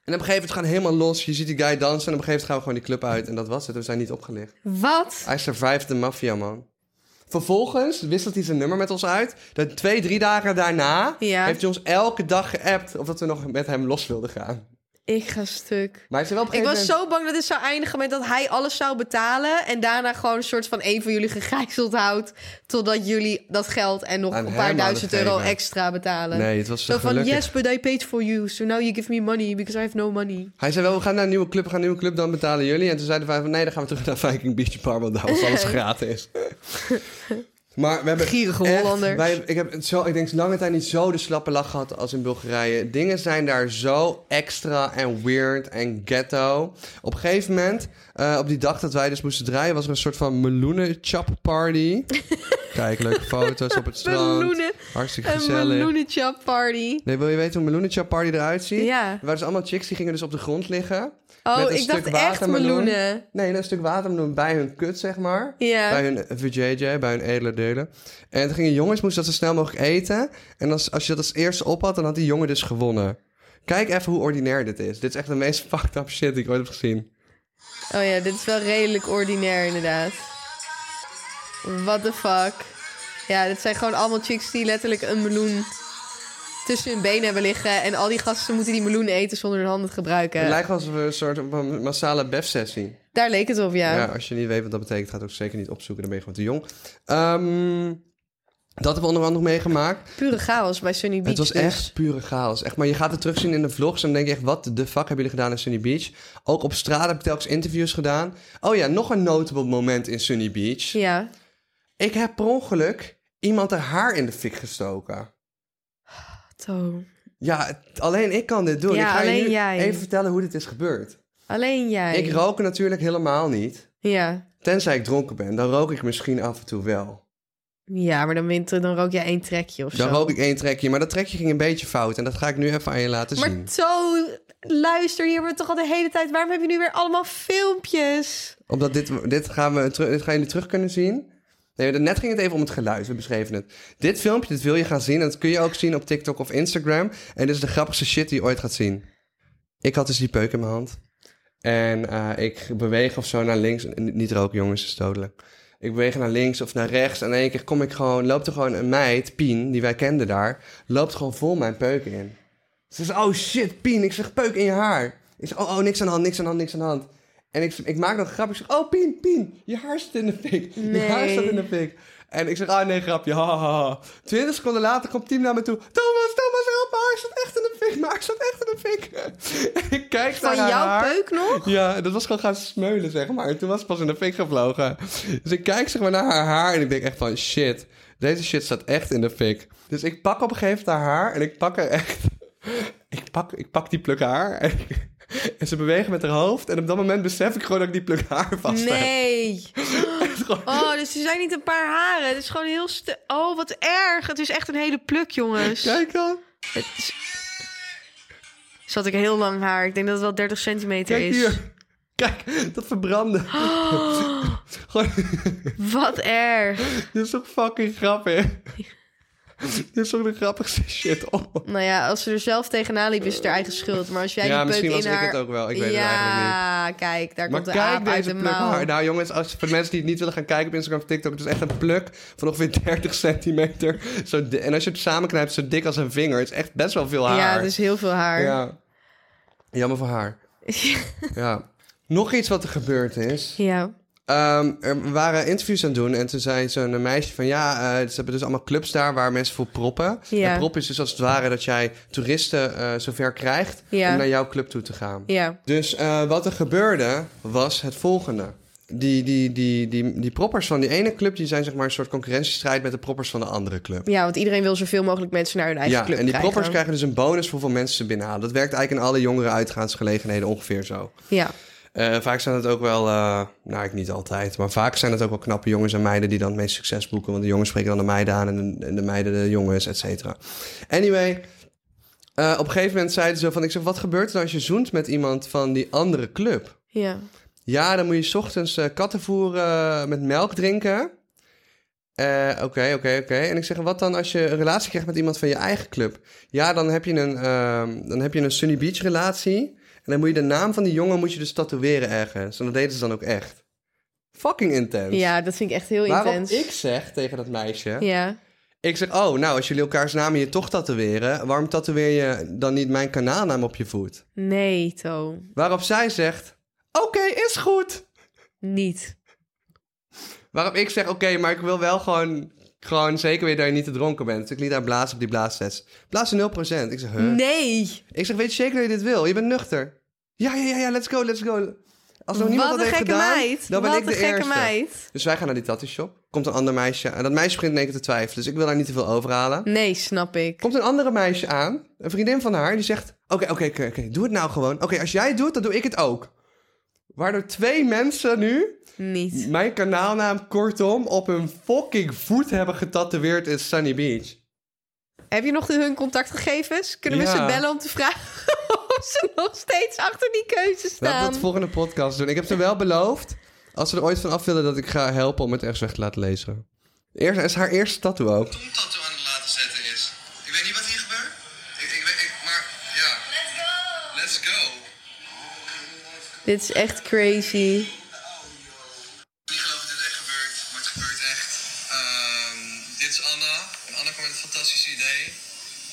En op een gegeven moment gaan we helemaal los. Je ziet die guy dansen en op een gegeven moment gaan we gewoon die club uit. En dat was het. We zijn niet opgelicht.
Wat?
Hij survived de maffia, man. Vervolgens wisselt hij zijn nummer met ons uit. Dat twee, drie dagen daarna
Ja.
heeft hij ons elke dag geappt of dat we nog met hem los wilden gaan.
Ik ga stuk.
Maar hij is er wel op een
Ik
gegeven
was
moment...
zo bang dat het zou eindigen met dat hij alles zou betalen. En daarna gewoon een soort van een van jullie gegijzeld houdt. Totdat jullie dat geld en nog
Aan
een
hem
paar
hadden
duizend euro
gegeven.
extra betalen.
Nee, het was
Zo van,
gelukkig.
yes, but I paid for you. So now you give me money because I have no money.
Hij zei wel, we gaan naar een nieuwe club, we gaan naar een nieuwe club, dan betalen jullie. En toen zeiden wij van, nee, dan gaan we terug naar Viking Beach Bar, want daar was
*laughs*
alles gratis. maar we hebben
Gierige
echt-
Hollanders.
wij, ik heb het zo, ik denk lange tijd niet zo de slappe lach gehad als in Bulgarije. Dingen zijn daar zo extra en weird en ghetto. Op een gegeven moment, eh, op die dag dat wij dus moesten draaien, was er een soort van meloenen-chap
*laughs*
party. Kijk, leuke foto's op het strand.
Meloenen.
Hartstikke
Een
gezellig.
meloenenchap party.
Nee, wil je weten hoe een meloenen-chap party eruit ziet?
Ja.
Er waren dus allemaal chicks die gingen dus op de grond liggen. Met
Oh,
een
ik dacht
stuk
echt
watermeloen.
meloenen.
Nee, een stuk watermeloen bij hun kut, zeg maar.
Ja.
Bij hun eh, VJJ, bij hun edele delen. En toen gingen jongens, moesten dat zo snel mogelijk eten. En als, als je dat als eerste op had, dan had die jongen dus gewonnen. Kijk even hoe ordinair dit is. Dit is echt de meest *laughs* fucked up shit die ik ooit heb gezien.
Oh ja, dit is wel redelijk ordinair inderdaad. What the fuck. Ja, dit zijn gewoon allemaal chicks die letterlijk een meloen tussen hun benen hebben liggen. En al die gasten moeten die meloen eten zonder hun handen te gebruiken.
Het lijkt wel alsof we een soort van massale bef-sessie.
Daar leek het op, ja.
Ja, als je niet weet wat dat betekent, gaat ook zeker niet opzoeken. Dan ben je gewoon te jong. Ehm, dat hebben we onder andere meegemaakt.
Pure chaos bij Sunny Beach.
Het was
dus.
echt pure chaos. Echt, maar je gaat het terugzien in de vlogs en dan denk je echt... wat de fuck hebben jullie gedaan in Sunny Beach? Ook op straat heb ik telkens interviews gedaan. Oh ja, nog een notable moment in Sunny Beach.
Ja.
Ik heb per ongeluk iemand haar haar in de fik gestoken.
Zo.
Ja, het- alleen ik kan dit doen.
Ja,
ik ga je
alleen
nu
jij.
even vertellen hoe dit is gebeurd.
Alleen jij.
Ik rook natuurlijk helemaal niet.
Ja.
Tenzij ik dronken ben, dan rook ik misschien af en toe wel.
Ja, maar dan, winter, dan rook jij één trekje of
Dan
zo.
rook ik één trekje, maar dat trekje ging een beetje fout. En dat ga ik nu even aan je laten zien.
Maar zo, luister, hier hebben we toch al de hele tijd. Waarom heb je nu weer allemaal filmpjes?
Omdat dit, dit, gaan we teru- dit gaan jullie terug kunnen zien. Nee, net ging het even om het geluid. We beschreven het. Dit filmpje, dit wil je gaan zien. En dat kun je ook zien op TikTok of Instagram. En dit is de grappigste shit die je ooit gaat zien. Ik had dus die peuk in mijn hand. En eh, ik beweeg of zo naar links. N- Niet roken, jongens, is dodelijk. Ik beweeg naar links of naar rechts. En in één keer kom ik gewoon, loopt er gewoon een meid, Pien, die wij kenden daar. Loopt gewoon vol mijn peuken in. Ze zegt, oh shit, Pien. Ik zeg, peuk in je haar. Ik zeg, oh, oh, niks aan de hand, niks aan de hand, niks aan de hand. En ik, ik maak nog een grap. Ik zeg, oh, Pien, Pien, je haar zit in de fik. Je haar
Nee.
zit in de fik. En ik zeg, ah nee, grapje, ha, ha, ha. Twintig seconden later komt Pien naar me toe. Thomas, Thomas, help, mijn haar zit echt in de fik. Mijn haar zit echt in de fik. *laughs* En ik kijk
Van
naar haar
jouw
haar.
peuk nog?
Ja, dat was gewoon gaan smeulen, zeg maar. En toen was het pas in de fik gevlogen. Dus ik kijk zeg maar naar haar haar en ik denk echt van... Shit, deze shit staat echt in de fik. Dus ik pak op een gegeven moment haar haar en ik pak er echt... *laughs* Ik pak, ik pak die pluk haar en, ik- en ze bewegen met haar hoofd. En op dat moment besef ik gewoon dat ik die pluk haar vast heb. *laughs*
Nee.
Het is gewoon-
Oh, dus er zijn niet een paar haren. Het is gewoon heel stu- Oh, wat erg. Het is echt een hele pluk, jongens.
Kijk dan.
Het is... Zat ik heel lang haar. Ik denk dat het wel 30 centimeter
Kijk
is.
hier. Kijk, dat
*gasps*
verbrandde. *gasps* Gewoon,
Wat erg. *laughs*
dit is toch fucking grappig. Dit is toch de grappigste shit op.
Nou ja, als ze er zelf tegenaan liep, is het haar eigen schuld. Maar als jij
ja,
die peuk
misschien
in
was
haar...
ik het ook wel. Ik
ja,
weet het eigenlijk niet.
kijk, daar
Maar
komt de aap
kijk
uit
deze
de
pluk haar.
mouw.
Nou jongens, als, voor de mensen die het niet willen gaan kijken op Instagram of TikTok... het is echt een pluk van ongeveer 30 *laughs* centimeter. Zo di- en als je het samenknijpt, zo dik als een vinger. Het is echt best wel veel haar.
Ja, het is heel veel haar.
Ja. Jammer voor
*laughs*
haar. ja. Nog iets wat er gebeurd is.
ja.
Ehm, er waren interviews aan het doen en toen zei zo'n meisje van ja, eh, ze hebben dus allemaal clubs daar waar mensen voor proppen.
Ja.
En prop is dus als het ware dat jij toeristen eh, zover krijgt
Ja.
om naar jouw club toe te gaan.
ja.
Dus eh, wat er gebeurde was het volgende. Die, die, die, die, die proppers van die ene club die zijn zeg maar een soort concurrentiestrijd met de proppers van de andere club.
Ja, want iedereen wil zoveel mogelijk mensen naar hun eigen
Ja,
club
en die
krijgen.
proppers krijgen dus een bonus voor hoeveel mensen ze binnenhalen. Dat werkt eigenlijk in alle jongere uitgaansgelegenheden ongeveer zo.
Ja,
Eh, vaak zijn het ook wel, eh, nou ik niet altijd, maar vaak zijn het ook wel knappe jongens en meiden die dan het meest succes boeken. Want de jongens spreken dan de meiden aan en de, en de meiden de jongens, et cetera. Anyway, eh, op een gegeven moment zeiden ze van, ik zeg, wat gebeurt er dan als je zoent met iemand van die andere club?
ja.
Ja, dan moet je 's ochtends eh, kattenvoer eh, met melk drinken. Eh, Oké, oké, oké. En ik zeg, wat dan als je een relatie krijgt met iemand van je eigen club? Ja, dan heb je een, ehm, dan heb je een Sunny Beach relatie. En dan moet je de naam van die jongen moet je dus tatoeëren ergens. En dat deden ze dan ook echt. Fucking intens.
ja, dat vind ik echt heel
Waarop
intens.
ik zeg tegen dat meisje...
Ja,
Ik zeg, oh, nou, als jullie elkaars namen je toch tatoeëren... waarom tatoeëer je dan niet mijn kanaalnaam op je voet?
nee, To.
Waarop zij zegt, oké, is goed.
Niet.
Waarop ik zeg, oké, maar ik wil wel gewoon, gewoon zeker weten dat je niet te dronken bent. Dus ik liet haar blazen op die blaastest. Blazen 0%. Ik zeg, huh?
Nee!
Ik zeg, weet je zeker dat je dit wil? Je bent nuchter. Ja, ja, ja, ja let's go, let's go. Als nog niemand
Wat
dat
een
heeft
gekke
gedaan,
meid.
dan ben
Wat
ik
een
de
gekke
eerste.
meid.
Dus wij gaan naar die tattoo shop. Komt een ander meisje. En dat meisje begint in één keer te twijfelen. Dus ik wil daar niet te veel overhalen.
Nee, snap ik.
Komt een andere meisje aan. Een vriendin van haar. Die zegt, oké, oké, oké, oké, doe het nou gewoon. Oké, als jij het doet, dan doe ik het ook. Waardoor twee mensen nu
Niet.
mijn kanaalnaam kortom op hun fucking voet hebben getatoeëerd in Sunny Beach.
Heb je nog de- hun contactgegevens? Kunnen we
Ja.
ze bellen om te vragen *laughs* of ze nog steeds achter die keuze
Laten we
staan?
dat volgende podcast doen. Ik heb ze wel beloofd, als ze er ooit van af willen, dat ik ga helpen om het ergens weg te laten lezen. Eerst, is haar eerste tattoo ook.
tong-tattoo aan het laten zetten is. Ik weet niet wat hier gebeurt. Ik, ik, weet- ik, maar ja. Let's go! Let's go!
Dit is echt crazy.
Ik geloof dat dit echt gebeurt, maar het gebeurt echt. Ehm, dit is Anna. En Anna kwam met het fantastische idee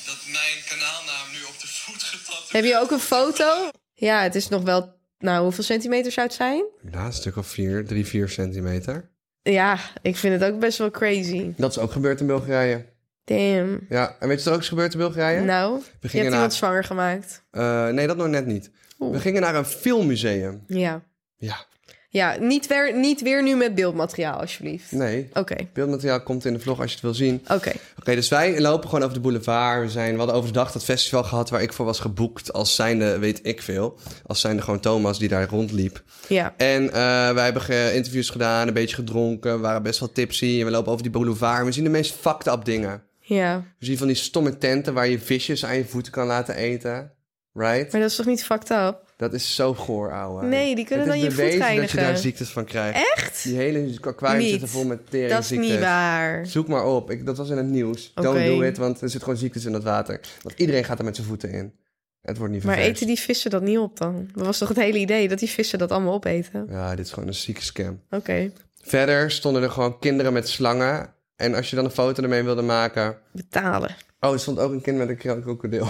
dat mijn kanaalnaam nu op de voet getatoeëerd
Heb je ook een foto? Ja, het is nog wel... Nou, hoeveel centimeter zou het zijn?
Ja, een stuk of 4, 3, 4 centimeter.
Ja, ik vind het ook best wel crazy.
Dat is ook gebeurd in Bulgarije.
Damn.
Ja, en weet je wat er ook is gebeurd in Bulgarije?
Nou, je hebt
gingen
iemand
naar-
zwanger gemaakt.
Eh, nee, dat nog net niet.
Oeh.
We gingen naar een filmmuseum.
Ja.
Ja,
Ja, niet weer, niet weer nu met beeldmateriaal, alsjeblieft.
nee.
Oké,
Beeldmateriaal komt in de vlog als je het wil zien.
oké.
Oké, dus wij lopen gewoon over de boulevard. We, zijn, we hadden overdag dat festival gehad waar ik voor was geboekt als zijnde, weet ik veel. Als zijnde gewoon Thomas die daar rondliep.
Ja.
En eh, wij hebben ge- interviews gedaan, een beetje gedronken. We waren best wel tipsy en we lopen over die boulevard. En we zien de meest fucked up dingen.
Ja.
We zien van die stomme tenten waar je visjes aan je voeten kan laten eten. Right?
Maar dat is toch niet fucked up?
Dat is zo goor, ouwe.
Nee, die kunnen
Het is
dan je voet
bewezen dat je
reinigen.
daar ziektes van krijgt.
Echt?
Die hele aquarium
Niet.
zit er vol met teringziektes.
Dat is niet waar.
Zoek maar op. Ik, dat was in het nieuws.
Oké.
Don't do it, want er zit gewoon ziektes in dat water. Want iedereen gaat er met zijn voeten in. Het wordt niet
Maar
vervelend.
eten die vissen dat niet op dan? Dat was toch het hele idee dat die vissen dat allemaal opeten?
Ja, dit is gewoon een zieke scam.
Oké.
Verder stonden er gewoon kinderen met slangen. En als je dan een foto ermee wilde maken...
Betalen.
Oh, er stond ook een kind met een kro-
*laughs*
krokodil.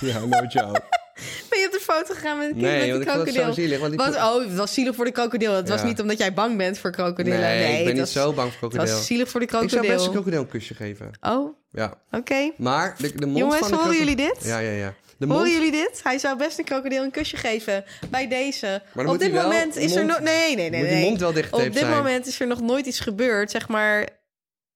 ja, no joke.
Ben je op de foto gegaan met een kind
Nee,
met
want ik
de
vond het
krokodil?
zo zielig. Want die
Wat? Oh, het was zielig voor de krokodil. Het was
Ja.
niet omdat jij bang bent voor krokodillen.
Nee,
Nee,
ik ben
het
niet
was,
zo bang voor
Het was
krokodil.
zielig voor de
Ik
krokodil.
zou best een krokodil een kusje geven.
Oh, oké.
Ja. Maar de, de mond
Jongens,
van de
horen
krokodil-
jullie dit?
Ja, ja, ja. De
Horen
mond
jullie dit? Hij zou best een krokodil een kusje geven bij deze.
dan
Op
moet
dit
hij wel
moment is er
mond-
nog... Nee, nee, nee.
moet die
nee.
mond wel dichtgetaped
Op dit
zijn.
moment is er nog nooit iets gebeurd. Zeg maar,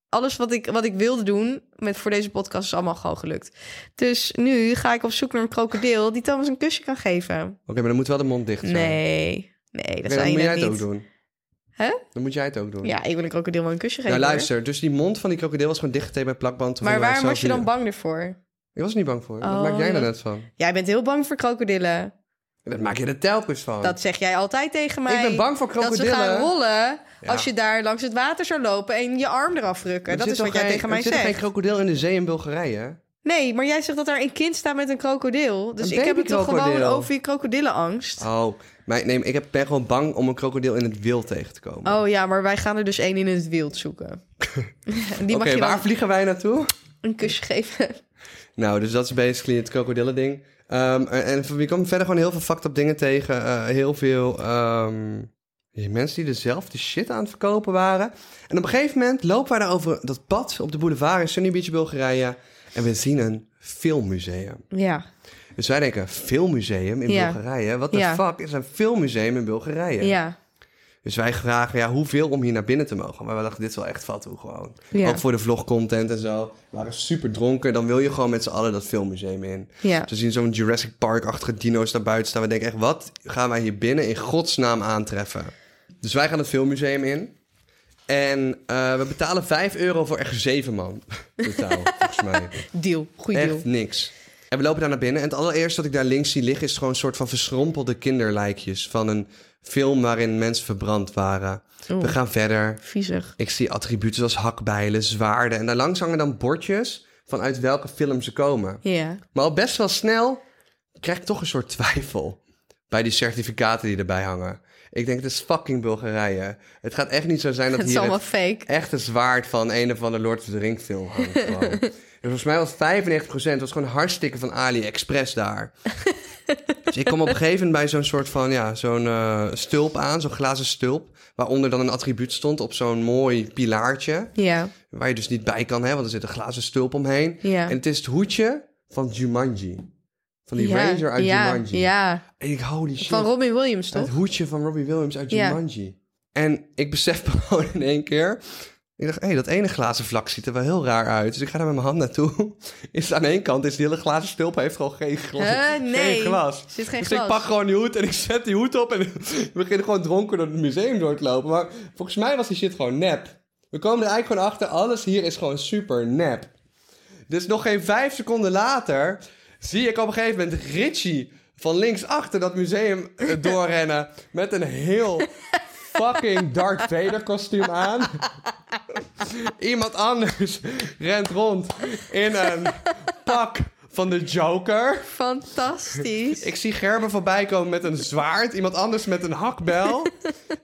alles wat ik, wat ik wilde doen met, voor deze podcast is allemaal gewoon gelukt. Dus nu ga ik op zoek naar een krokodil die Thomas een kusje kan geven.
Oké, maar dan moet wel de mond dicht zijn.
Nee, nee, dat
Oké, dan
zou
moet
je
jij
net
het
niet.
ook doen.
Hè?
Dan moet jij het ook doen.
Ja, ik wil een krokodil wel een kusje geven.
Nou,
hoor.
luister. Dus die mond van die krokodil was gewoon dichtgetaped met plakband. Toen
Maar
vonden wij
waarom
het
was je
zo
dan
zielig.
bang ervoor?
Ik was er niet bang voor. Wat
Oh,
maak jij daar
ja.
net van?
Jij bent heel bang voor krokodillen.
Dat maak je er telkens van.
Dat zeg jij altijd tegen mij.
Oh. ik ben bang voor
dat ze gaan
krokodillen.
rollen
Ja.
als je daar langs het water zou lopen en je arm eraf rukken.
Er
Dat
zit
is wat
toch
jij
geen-
tegen mij
Er zit toch
zegt.
geen krokodil in de zee in Bulgarije. hè?
Nee, maar jij zegt dat daar een kind staat met een krokodil. Dus
Een
ik heb het toch
babykrokodil.
gewoon over je krokodillenangst. Oh.
Oh, maar nee, ik heb- ben gewoon bang om een krokodil in het wild tegen te komen.
Oh ja, maar wij gaan er dus één in het wild
*laughs*
zoeken. En
Oké,
die mag je dan
waar vliegen wij naartoe?
een kusje geven.
Nou, dus dat is basically het krokodillen ding. Ehm, en, en je komt verder gewoon heel veel fucked up dingen tegen. Eh, heel veel ehm, die mensen die dezelfde shit aan het verkopen waren. En op een gegeven moment lopen wij daar over dat pad op de boulevard in Sunny Beach, Bulgarije. En we zien een filmmuseum.
Ja,
Dus wij denken, filmmuseum in
Ja.
Bulgarije? Wat de
Ja.
fuck is een filmmuseum in Bulgarije?
ja,
Dus wij vragen, ja, hoeveel om hier naar binnen te mogen? Maar we dachten, dit is wel echt fat hoe gewoon.
Ja.
Ook voor de vlogcontent en zo. We waren super dronken. Dan wil je gewoon met z'n allen dat filmmuseum in.
ja.
Ze zien zo'n Jurassic Park-achtige dino's daar buiten staan. We denken echt, wat gaan wij hier binnen in godsnaam aantreffen? Dus wij gaan het filmmuseum in. En eh, we betalen 5 euro voor echt 7 man. *laughs* Totaal, volgens mij.
Deal, goed deal.
Echt niks. En we lopen daar naar binnen. En het allereerste wat ik daar links zie liggen... is gewoon een soort van verschrompelde kinderlijkjes... van een film waarin mensen verbrand waren.
Oeh.
We gaan verder.
Viezig.
Ik zie attributen zoals hakbijlen, zwaarden... en daar langs hangen dan bordjes... vanuit welke film ze komen.
Ja.
Maar al best wel snel krijg ik toch een soort *laughs* twijfel bij die certificaten die erbij hangen. Ik denk, het is fucking Bulgarije. Het gaat echt niet zo zijn dat
Het is
hier
allemaal
het
fake.
echte zwaard van een of andere Lord of the Ring film
*laughs*
hangt. gewoon. En volgens mij was 95% was gewoon hartstikke van AliExpress
*laughs*
daar. dus ik kom op een gegeven moment bij zo'n soort van, ja, zo'n eh, stulp aan, zo'n glazen stulp. Waaronder dan een attribuut stond op zo'n mooi pilaartje.
Ja,
Waar je dus niet bij kan, hè, want er zit een glazen stulp omheen.
ja.
En het is het hoedje van Jumanji. Van die
ja,
ranger uit
ja,
Jumanji.
Ja,
En ik, holy shit.
van Robin Williams
het *laughs*
toch?
hoedje van Robbie Williams uit
Ja.
Jumanji. En ik besef *laughs* gewoon in één keer... Ik dacht, hé, hey, dat ene glazen vlak ziet er wel heel raar uit. Dus ik ga daar met mijn hand naartoe. *laughs* Is aan één kant, is die hele glazen stulp heeft gewoon geen glas.
Eh, nee.
Geen glas.
Er zit geen
dus
glas.
ik pak gewoon die hoed en ik zet die hoed op en *laughs* we beginnen gewoon dronken door het museum door te lopen. Maar volgens mij was die shit gewoon nep. We komen er eigenlijk gewoon achter, alles hier is gewoon super nep. Dus nog geen vijf seconden later zie ik op een gegeven moment Richie van links achter dat museum
*laughs*
eh, doorrennen met een heel fucking Darth Vader kostuum aan. Iemand anders rent rond in een pak van de Joker.
Fantastisch.
Ik zie Gerben voorbij komen met een zwaard. Iemand anders met een hakbel.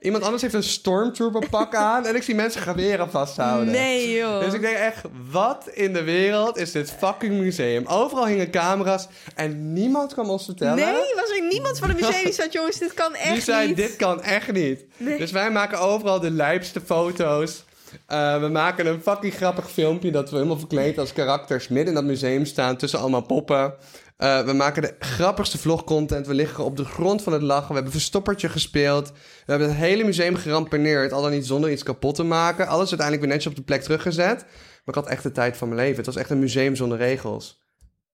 Iemand anders heeft een stormtrooper pak aan. En ik zie mensen geweren vasthouden.
Nee, joh.
Dus ik denk echt, wat in de wereld is dit fucking museum? Overal hingen camera's en niemand kwam ons vertellen.
Nee, was er niemand van de
*laughs*
museum die zat, jongens, dit kan echt
Die zei,
niet.
dit kan echt niet. Dus wij maken overal de lijpste foto's. Eh, we maken een fucking grappig filmpje dat we helemaal verkleed als karakters midden in dat museum staan tussen allemaal poppen. Eh, we maken de grappigste vlogcontent. We liggen op de grond van het lachen. We hebben verstoppertje gespeeld. We hebben het hele museum gerampeneerd. Al dan niet zonder iets kapot te maken. Alles uiteindelijk weer netjes op de plek teruggezet. Maar ik had echt de tijd van mijn leven. Het was echt een museum zonder regels.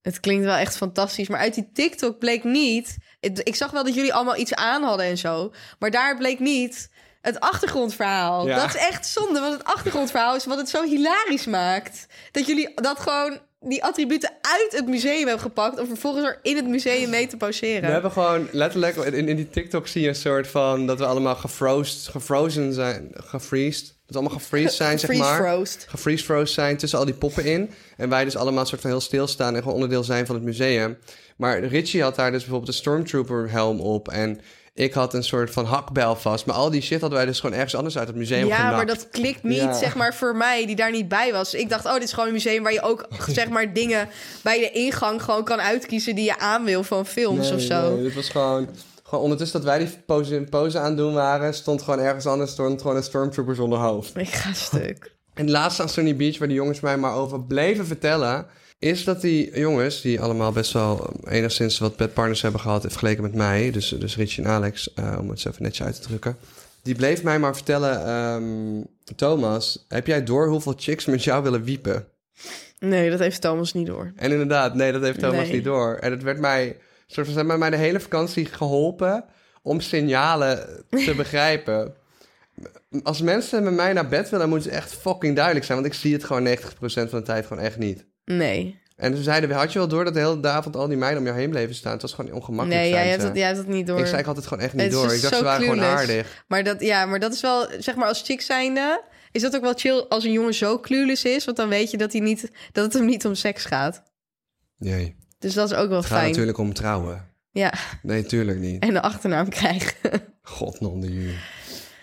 Het klinkt wel echt fantastisch, maar uit die TikTok bleek niet... Het- ik zag wel dat jullie allemaal iets aan hadden en zo, maar daar bleek niet het achtergrondverhaal.
Ja.
Dat is echt zonde, want het achtergrondverhaal is wat het zo hilarisch maakt. Dat jullie dat gewoon, die attributen uit het museum hebben gepakt... om vervolgens er in het museum mee te
We
poseren.
hebben gewoon letterlijk in, in die TikTok zie je een soort van dat we allemaal gefrozen, gefrozen zijn, gefreezed. Dat we allemaal
*laughs*
gefreezed zijn, zeg maar.
Freeze-frost.
gefreeze froze zijn tussen al die poppen in. En wij dus allemaal een soort van heel stilstaan en gewoon onderdeel zijn van het museum. Maar Richie had daar dus bijvoorbeeld een stormtrooper helm op. En ik had een soort van hakbel vast. Maar al die shit hadden wij dus gewoon ergens anders uit het museum
Ja,
genakt.
maar dat klikt niet,
Ja.
zeg maar, voor mij, die daar niet bij was. Ik dacht, oh, dit is gewoon een museum waar je ook, zeg maar, dingen bij de ingang gewoon kan uitkiezen die je aan wil van films
Nee,
of zo.
Nee, dit was gewoon... Gewoon ondertussen dat wij die pose, pose aan het doen waren... stond gewoon ergens anders stond gewoon een stormtrooper zonder hoofd.
Ik ga stuk.
En laatst aan Sunny Beach, waar die jongens mij maar over bleven vertellen... is dat die jongens, die allemaal best wel eh, enigszins wat bedpartners hebben gehad... vergeleken met mij, dus, dus Richie en Alex, eh, om het zo even netjes uit te drukken... die bleef mij maar vertellen... ehm, Thomas, heb jij door hoeveel chicks met jou willen wiepen?
Nee, dat heeft Thomas niet door.
En inderdaad, nee, dat heeft Thomas
Nee.
niet door. En het werd mij, soort van, ze hebben mij de hele vakantie geholpen om signalen
*laughs*
te begrijpen. Als mensen met mij naar bed willen, moeten ze echt fucking duidelijk zijn. Want ik zie het gewoon 90% van de tijd gewoon echt niet.
Nee.
En ze zeiden, had je wel door dat de hele avond al die meiden om jou heen bleven staan? Het was gewoon ongemakkelijk.
Nee, jij
zei
hebt,
ze.
dat, jij hebt dat niet door.
Ik zei, ik had het gewoon echt niet
Het is dus
door. Ik dacht,
zo
ze waren gewoon
clueless.
aardig.
Maar dat, ja, maar dat is wel, zeg maar, als chick zijnde, is dat ook wel chill als een jongen zo clueless is, want dan weet je dat, hij niet, dat het hem niet om seks gaat.
Nee,
Dus dat is ook wel
het gaat
fijn.
natuurlijk om trouwen.
Ja, *laughs*
Nee, tuurlijk niet.
en een achternaam krijgen. *laughs*
God, non, die,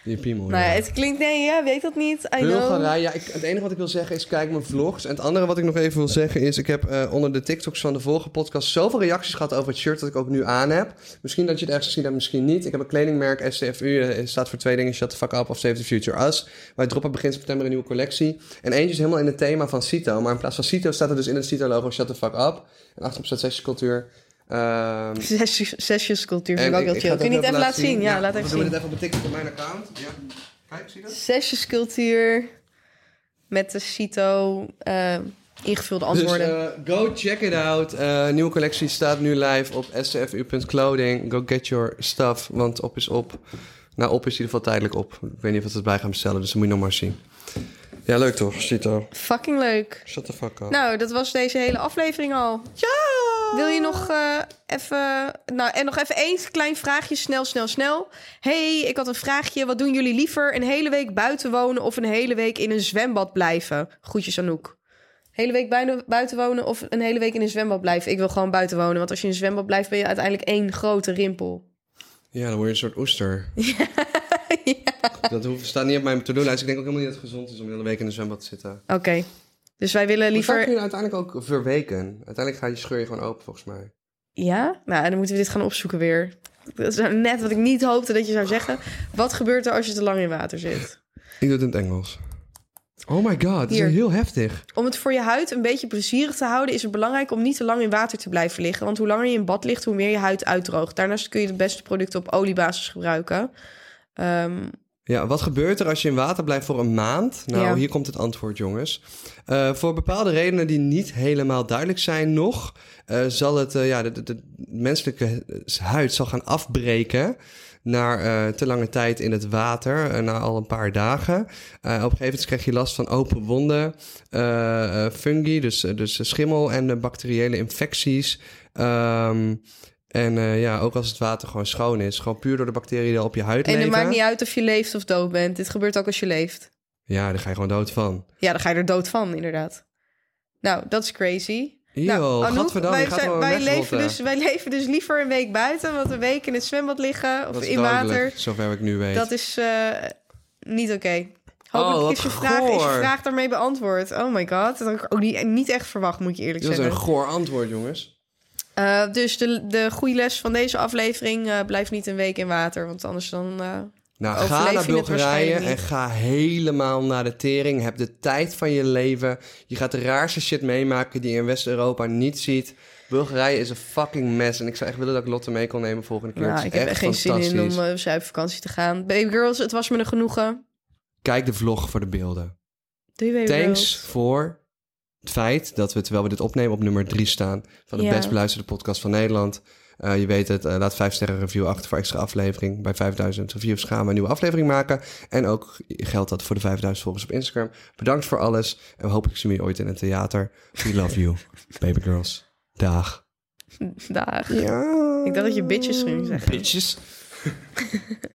die piemel.
Maar
ja.
het klinkt, nee, ja, weet dat niet. I know.
Bulgarije. Ja, ik, het enige wat ik wil zeggen is kijk mijn vlogs. En het andere wat ik nog even wil zeggen is... ik heb eh, onder de TikToks van de vorige podcast... zoveel reacties gehad over het shirt dat ik ook nu aan heb. Misschien dat je het ergens gezien hebt, misschien niet. Ik heb een kledingmerk, STFU. eh, staat voor twee dingen, Shut the Fuck Up of Save the Future Us. Wij droppen begin september een nieuwe collectie. En eentje is helemaal in het thema van Cito. Maar in plaats van Cito staat er dus in het Cito-logo Shut the Fuck Up. En achterop staat sessie-cultuur. Ehm,
Zes- Zesjescultuur vind ik ook
en
heel
Eh, ga
chill.
het
Kun je niet even laten zien? Ja, laat
we
even
doen
zien.
dit even op de TikTok op mijn account. Ja. Kijk, zie je dat?
Zesjescultuur met de CITO eh, ingevulde antwoorden.
Dus eh, go check it out. Eh, nieuwe collectie staat nu live op scfu.clothing. Go get your stuff, want op is op. Nou, op is in ieder geval tijdelijk op. Ik weet niet of we het bij gaan bestellen, dus dat moet je nog maar zien. Ja, leuk toch, Cito?
Fucking leuk.
Shut the fuck up.
Nou, dat was deze hele aflevering al. Ja! Wil je nog eh, even... Nou, en nog even één klein vraagje. Snel, snel, snel. hey, ik had een vraagje. Wat doen jullie liever? Een hele week buiten wonen of een hele week in een zwembad blijven? Groetjes, Anouk. Hele week buiten- buiten wonen of een hele week in een zwembad blijven? Ik wil gewoon buiten wonen. Want als je in een zwembad blijft, ben je uiteindelijk één grote rimpel.
Ja, dan word je een soort
*laughs*
oester. Dat hoeft, staat niet op mijn to-do-lijst. Ik denk ook helemaal niet dat het gezond is om de hele week in de zwembad te zitten.
Oké. Dus wij willen
Liever... Dat kun
liever...
je uiteindelijk ook verweken. Uiteindelijk ga je scheur je gewoon open, volgens mij.
Ja? Nou, dan moeten we dit gaan opzoeken weer. Dat is nou net wat ik niet hoopte dat je zou zeggen. Wat gebeurt er als je te lang in water zit?
Ik doe het in het Engels. Oh my god, het is
Hier.
heel heftig.
Om het voor je huid een beetje plezierig te houden, is het belangrijk om niet te lang in water te blijven liggen. Want hoe langer je in bad ligt, hoe meer je huid uitdroogt. Daarnaast kun je de beste producten op oliebasis gebruiken. Ehm,
Ja, wat gebeurt er als je in water blijft voor een maand? Nou,
Ja.
hier komt het antwoord, jongens. Eh, voor bepaalde redenen die niet helemaal duidelijk zijn nog, eh, zal het, eh, ja, de, de, de menselijke huid zal gaan afbreken na eh, te lange tijd in het water, eh, na al een paar dagen. Eh, op een gegeven moment krijg je last van open wonden, eh, eh, fungi, dus, eh, dus schimmel en eh, bacteriële infecties. Ehm, en eh, ja, ook als het water gewoon schoon is. Gewoon puur door de bacteriën die al op je huid
en
leven.
het maakt niet uit of je leeft of dood bent. Dit gebeurt ook als je leeft.
Ja, daar ga je gewoon dood van.
Ja, dan ga je er dood van, inderdaad. Nou, dat is crazy.
Yo,
nou, Anouk,
gadverdamme, je
wij,
gaat
zijn-
gewoon
wij
wegrotten.
leven dus, wij *laughs* leven dus liever een week buiten, want een week in het zwembad liggen of
Dat is
in water.
dodelijk, zover ik nu weet. Oh,
Dat is eh, niet oké. Hopelijk
wat
is, je vraag, is je
goor.
vraag daarmee beantwoord. Oh my god. Dat had ik ook niet, niet echt verwacht, moet ik je eerlijk
Dit was
zeggen.
een goor antwoord, jongens.
Eh, dus de, de goede les van deze aflevering... eh blijf niet een week in water, want anders dan... eh,
Nou,
Overleef
ga
je
naar
het
Bulgarije
waarschijnlijk niet.
en ga helemaal naar de tering. Heb de tijd van je leven. Je gaat de raarste shit meemaken die je in West-Europa niet ziet. Bulgarije is een fucking mess. En ik zou echt willen dat ik Lotte mee kon nemen volgende keer. Het
nou,
is
ik heb echt
echt
geen zin in om
fantastisch.
eh, op zuipvakantie te gaan. Baby girls, het was me een genoegen.
Kijk de vlog voor de beelden.
Doei baby
Thanks
girls.
voor het feit dat we, terwijl we dit opnemen, op nummer 3 staan. Van de
Ja.
best beluisterde podcast van Nederland. Eh, je weet het, eh, laat 5 sterren review achter voor extra aflevering. Bij 5000 reviews gaan we een nieuwe aflevering maken. En ook geldt dat voor de 5000 volgers op Instagram. Bedankt voor alles. En hopelijk zien we je ooit in het theater. We love you, baby girls. Dag.
Dag.
Ja.
Ik dacht dat je bitches ging zeggen.
Bitches.